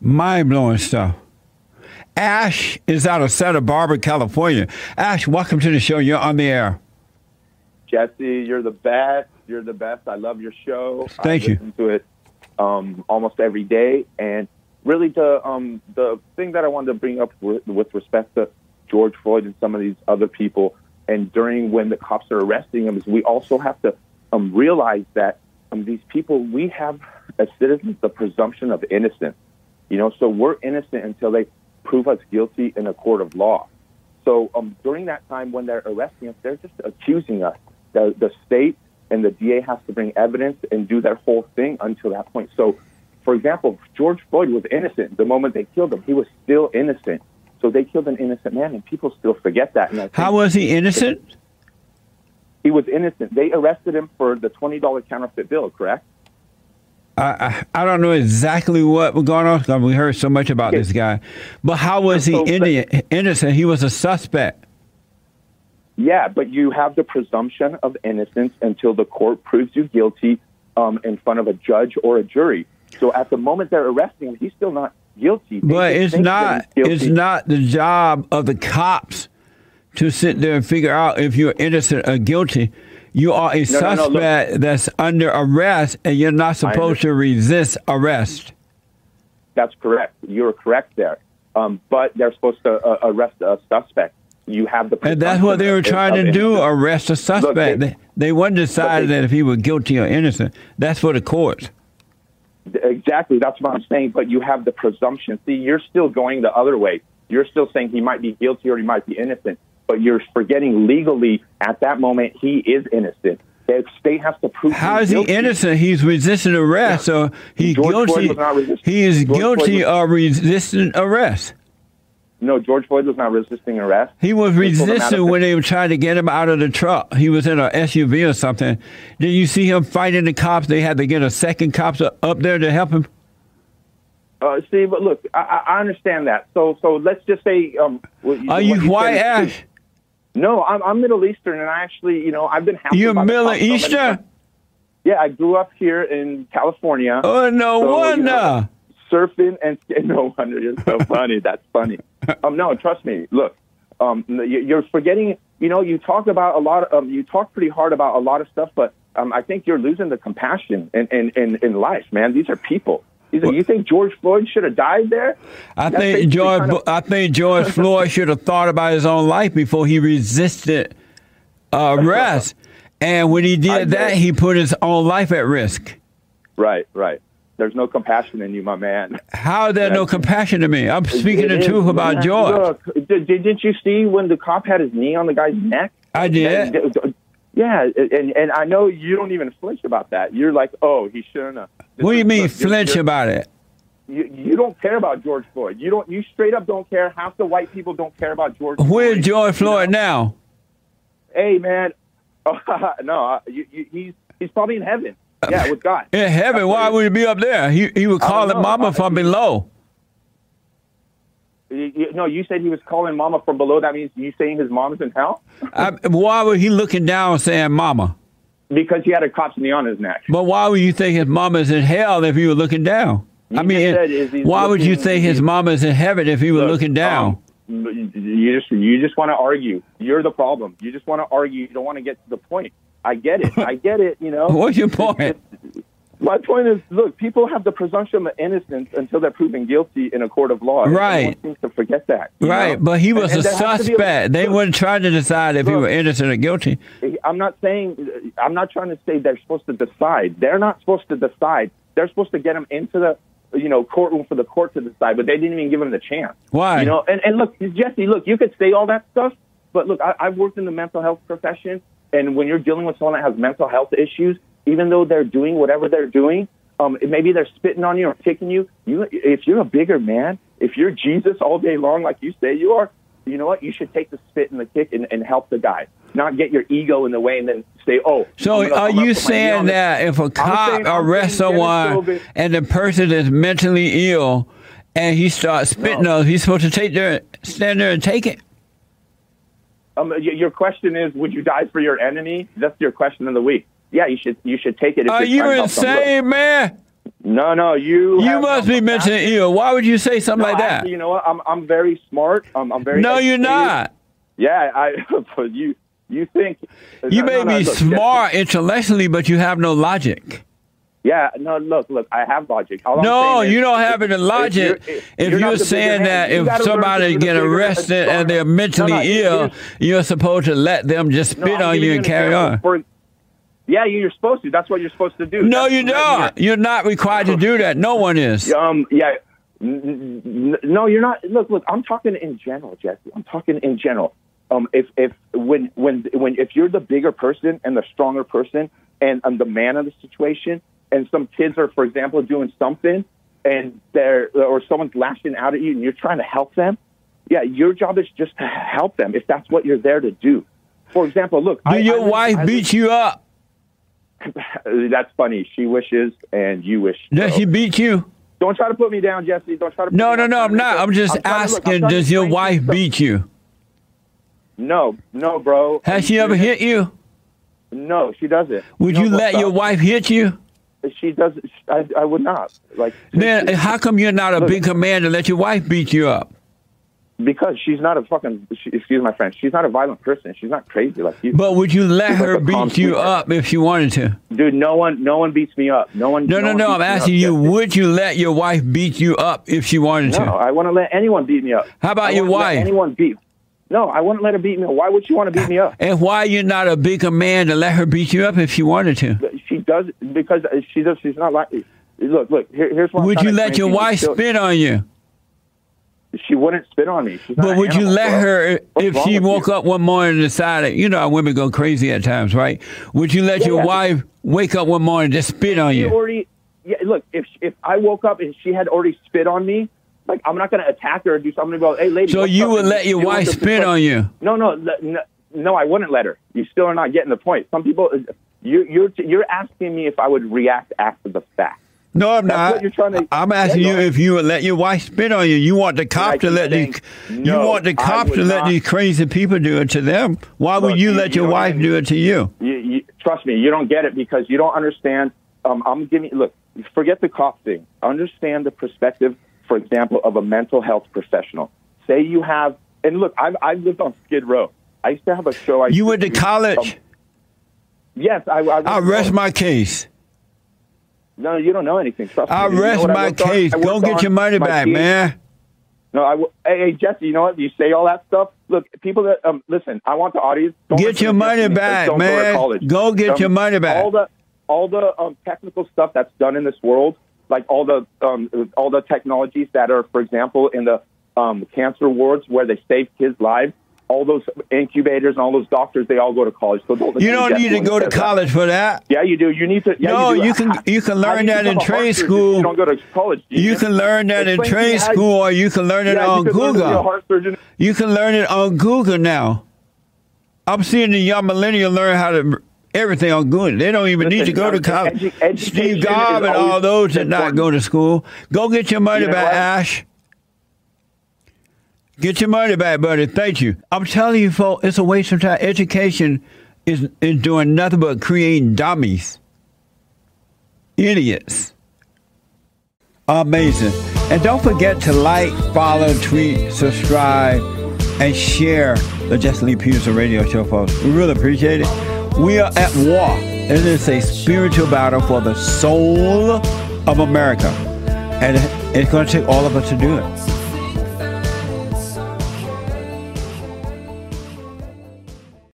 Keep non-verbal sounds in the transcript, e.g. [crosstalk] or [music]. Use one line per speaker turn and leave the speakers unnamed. Mind blowing stuff. Ash is out of Santa Barbara, California. Ash, welcome to the show. You're on the air.
Jesse, you're the best. You're the best. I love your show.
Thank
I
you.
Listen to it um, almost every day, and really the um, the thing that I wanted to bring up with, with respect to George Floyd and some of these other people, and during when the cops are arresting them, is we also have to um, realize that um, these people we have as citizens the presumption of innocence. You know, so we're innocent until they prove us guilty in a court of law. So um, during that time when they're arresting us, they're just accusing us. The, the state and the DA has to bring evidence and do that whole thing until that point. So, for example, George Floyd was innocent. The moment they killed him, he was still innocent. So they killed an innocent man, and people still forget that. And I think
How was he innocent?
he was innocent. They arrested him for the twenty dollar counterfeit bill, correct?
I, I, I don't know exactly what was going on. 'cause We heard so much about this guy. But how was he
So-
inni- innocent? He was a suspect.
Yeah, but you have the presumption of innocence until the court proves you guilty um, in front of a judge or a jury. So at the moment they're arresting him, he's still not guilty. They
But
just
it's
think that
not
he's guilty.
it's not the job of the cops to sit there and figure out if you're innocent or guilty. You are a
no, no, look.
suspect that's under arrest and you're not supposed to resist arrest.
That's correct. You're correct there. Um, but they're supposed to uh, arrest a suspect. You have the
And that's what they were
presumption
trying
of
to do,
innocence.
arrest a suspect.
they-
They, they weren't deciding
they-
that if he was guilty or innocent. That's for the courts.
Exactly. That's what I'm saying. But you have the presumption. See, you're still going the other way. You're still saying he might be guilty or he might be innocent, but you're forgetting legally at that moment he is innocent. The state has to prove.
How
him
is he
guilty.
innocent? He's resisting arrest, so he's
George Floyd
guilty.
was not resisting.
He is
George Floyd
guilty
was-
of resisting arrest.
No, George Floyd was not resisting arrest.
He was
They pulled him out of
resisting
the-
when they were trying to get him out of the truck. He was in a SUV or something. Did you see him fighting the cops? They had to get a second cops up up there to help him.
Uh, see, but look, I- I, I understand that. So, so let's just say. Um, what
Are
what
you
said
white,
is true.
Ash?
No, I'm, I'm Middle Eastern, and I actually, you know, I've been happy.
You
about the
Middle
cops so many times.
Eastern?
Yeah, I grew up here in California.
Oh, no
So, you
wonder.
know, surfing and [laughs] no wonder you're so funny. That's funny. Um, no, trust me. Look, um, you- you're forgetting. You know, you talk about a lot. Of, um, you talk pretty hard about a lot of stuff, but um, I think you're losing the compassion in in, in, in life, man. These are people. These are, you think George Floyd should have died there?
I
That's
think
basically
George.
kind of-
I think
[laughs]
George Floyd should have thought about his own life before he resisted uh, arrest. and when he
I
did that,
know.
he put his own life at risk.
Right, right. There's no compassion in you, my man.
How is there no
That's-
compassion to me? I'm speaking
It
the
is,
truth about
man.
George.
Look, did, didn't you see when the cop had his knee on the guy's neck?
I did.
And- and- yeah, and and I know you don't even flinch about that. You're like, oh, he shouldn't have.
What do you mean
Look, you're-
flinch
you're-
about it?
You, you don't care about George Floyd. You don't. You straight up don't care. Half the white people don't care about George.
Where's
Floyd.
George Floyd now?
Hey, man. [laughs] no, you, you, he's he's probably in heaven. Yeah, with God.
In heaven, why would he be up there? He he would
I don't
call
know.
mama
I-
from below.
You- you- no, you said he was calling Mama from below. That means you saying his mom's in hell
I, why would he looking down saying mama?
because he had a cop's knee on his neck.
But why would you think his mama's in hell if he were looking down? I
You
mean,
just
it-
said is he's
why would you
looking-
think his
he's-
mama's in heaven if he were looking down?
Um, you just you just want to argue. You're the problem. You just want to argue. You don't want to get to the point. I get it. I get it. um, You
[laughs]
know.
What's your point?
My point is, look, people have the presumption of innocence until they're proven guilty in a court of law.
Right.
Everyone seems to forget that. you
Right,
know?
but he was
And- and
a
there has to be
suspect. they
look,
weren't trying to decide if he
Look.
were innocent or guilty.
I'm not saying I'm not trying to say they're supposed to decide. They're not supposed to decide. They're supposed to get them into the you know courtroom for the court to decide, but they didn't even give them the chance.
Why?
You know, Oh, and, and look, Jesse, look, you could say all that stuff, but look, I, I've worked in the mental health profession, and when you're dealing with someone that has mental health issues, even though they're doing whatever they're doing, um, maybe they're spitting on you or kicking you. You, if you're a bigger man, if you're Jesus all day long, like you say you are, you know what? You should take the spit and the kick and, and help the guy, not get your ego in the way and then say, "Oh."
So
I'm gonna-
are
I'm gonna
you
put my knee on
saying
this.
that if a cop
saying- I'm
arrests
saying get us
someone
over-
and the person is mentally ill and he starts spitting
No.
on, he's supposed to take their stand there and take it?
Um, y- your question is, would you die for your enemy? That's your question of the week. Yeah, you should. You should take it. If
Are
you're
you
trying to help someone. Look,
insane, man?
No, no, you.
You
have-
must be mentioning Eel. Why would you say something
No,
like that?
actually, you know what? I'm I'm very smart. I'm, I'm very.
no, you're
educated.
not.
Yeah, I. [laughs] But you you think
You
no,
may
no, no,
be
look,
smart intellectually, but you have no logic.
Yeah, no, look, look. I have logic. All I'm
No,
saying is-
you don't have any
if
logic.
you're-
If
you're
you're,
not the bigger
saying
man,
that
you
if
gotta learn to
somebody
be the
get
bigger
arrested and they're
smarter.
mentally
No, no,
ill,
you're-
you're supposed to let them just spit
No, I'm
on
giving
you
an
and carry
example.
on.
For- yeah, you- you're supposed to. That's what you're supposed to do.
No,
That's
you
what I'm
don't. You're not required to do that. No one is.
here. Um, yeah. N- n- n- No, you're not. Look, look. I'm talking in general, Jesse. I'm talking in general. Um, if if when when when if you're the bigger person and the stronger person and I'm the man of the situation, and some kids are, for example, doing something, and they're or someone's lashing out at you, and you're trying to help them. Yeah, your job is just to help them if that's what you're there to do. For example, look.
Do your wife
I,
beat you up?
That's funny. She wishes, and you wish.
Does
so.
she beat you?
Don't try to put me down, Jesse. Don't try to. Put
No,
me
no,
down.
no. I'm not. I'm just
trying to- look, I'm
asking.
trying to
Does your
explain
wife
myself.
beat you?
No, no, bro.
Has she ever hit you?
No, she doesn't.
Would
No,
you let
what's
your
up?
wife hit you?
She doesn't. I, I would not. Like
Then how come you're not a
Look.
big man to let your wife beat you up?
because she's not a fucking. She, excuse my French. She's not a violent person. She's not crazy like you,
But would you let
She's like
her
a calm
beat you
sweetheart.
up if she wanted to?
dude. No one, no one beats me up. No one.
No, no,
one
no.
beats
I'm
me up,
asking you,
Jesse.
would you let your wife beat you up if she wanted to?
No, I wouldn't let anyone beat me up.
How about
I
your
wouldn't let
wife?
Anyone beat? No, I wouldn't let her beat me up. Why would she want to beat me up?
And why you're not a big man to let her beat you up if she wanted to?
She does because she does. She's not like. Look, look. Here, here's what. I'm
Would
trying
you
to
let
explain
your
to you.
wife
Still-
spit on you?
she wouldn't spit on me. She's not
But
an
would you
animal,
let
bro.
her
What's
if
wrong
she
with
woke
you?
up one morning and decided, you know, how women go crazy at times, right? Would you let
Yeah,
your
yeah.
wife wake up one morning and just spit on
She
you?
already, yeah, look, if if I woke up and she had already spit on me, like I'm not going to attack her or do something. I'm gonna Go, hey, lady.
So
what's
you
up?"
would
And
let your
she
wife
wants to-
spit on you?
No, no, le- no, no. I wouldn't let her. You still are not getting the point. Some people, you, you're you're asking me if I would react after the fact.
No, I'm
That's
not.
what you're trying to-
I'm asking
Yeah,
you
no.
if you would let your wife spit on you. You want the
I
cop to
keep
let
saying,
these,
no,
you want the
I
cop
would
to let
not.
these crazy people do it to them. Why
Look,
would you
you-
let
you
your
don't
wife
even-
do it to you?
you, you trust me, you don't get it because you don't understand. Um, I'm giving look, forget the cop thing. Understand the perspective, for example, of a mental health professional. Say you have, and look, I've, I've lived on Skid Row. I used to have a show. I
You went
used
to
do,
college.
um, yes, I. I,
I rest my case.
No, you don't know anything. Trust
I
me. You know
rest
what I
my
worked on?
case.
I
Go
worked
get
on
your money
my
back,
teeth.
man.
No, I. w- Hey, hey, Jesse, you know what? You say all that stuff. Look, people that um, listen. I want the audience. Don't
Get
listen to
your money
Jesse because
back,
don't Go,
man.
to college. Um,
Go get your money back.
All the all the um, technical stuff that's done in this world, like all the um, all the technologies that are, for example, in the um, cancer wards where they save kids' lives. All those incubators and all those doctors, they all go to college. So don't listen
You don't
Jesse
need to
when he
go to
says that.
college for that.
Yeah, you do. You need to. Yeah,
No,
you, do.
you can-
How-
you can
how
learn
do you
that in
become a
trade
heart surgeon if
school.
You don't go to college.
You can learn that in
Explain to me
trade
how you-
school, or you can learn it
Yeah, you
on
can learn to be a
Google.
heart surgeon.
You can learn it on Google now. I'm seeing the young millennial learn how to everything on Google. They don't even need to
Listen,
go to
edu-
college.
education
Steve
is
Jobs and all
always
those that not
important.
go to school, go get your money
You know
back,
what?
Ash. Get your money back, buddy. Thank you. I'm telling you, folks, it's a waste of time. Education is is doing nothing but creating dummies, idiots. Amazing. And don't forget to like, follow, tweet, subscribe, and share the Just Lee Peterson radio show, folks. We really appreciate it. We are at war. and It is a spiritual battle for the soul of America. And it- it's going to take all of us to do it.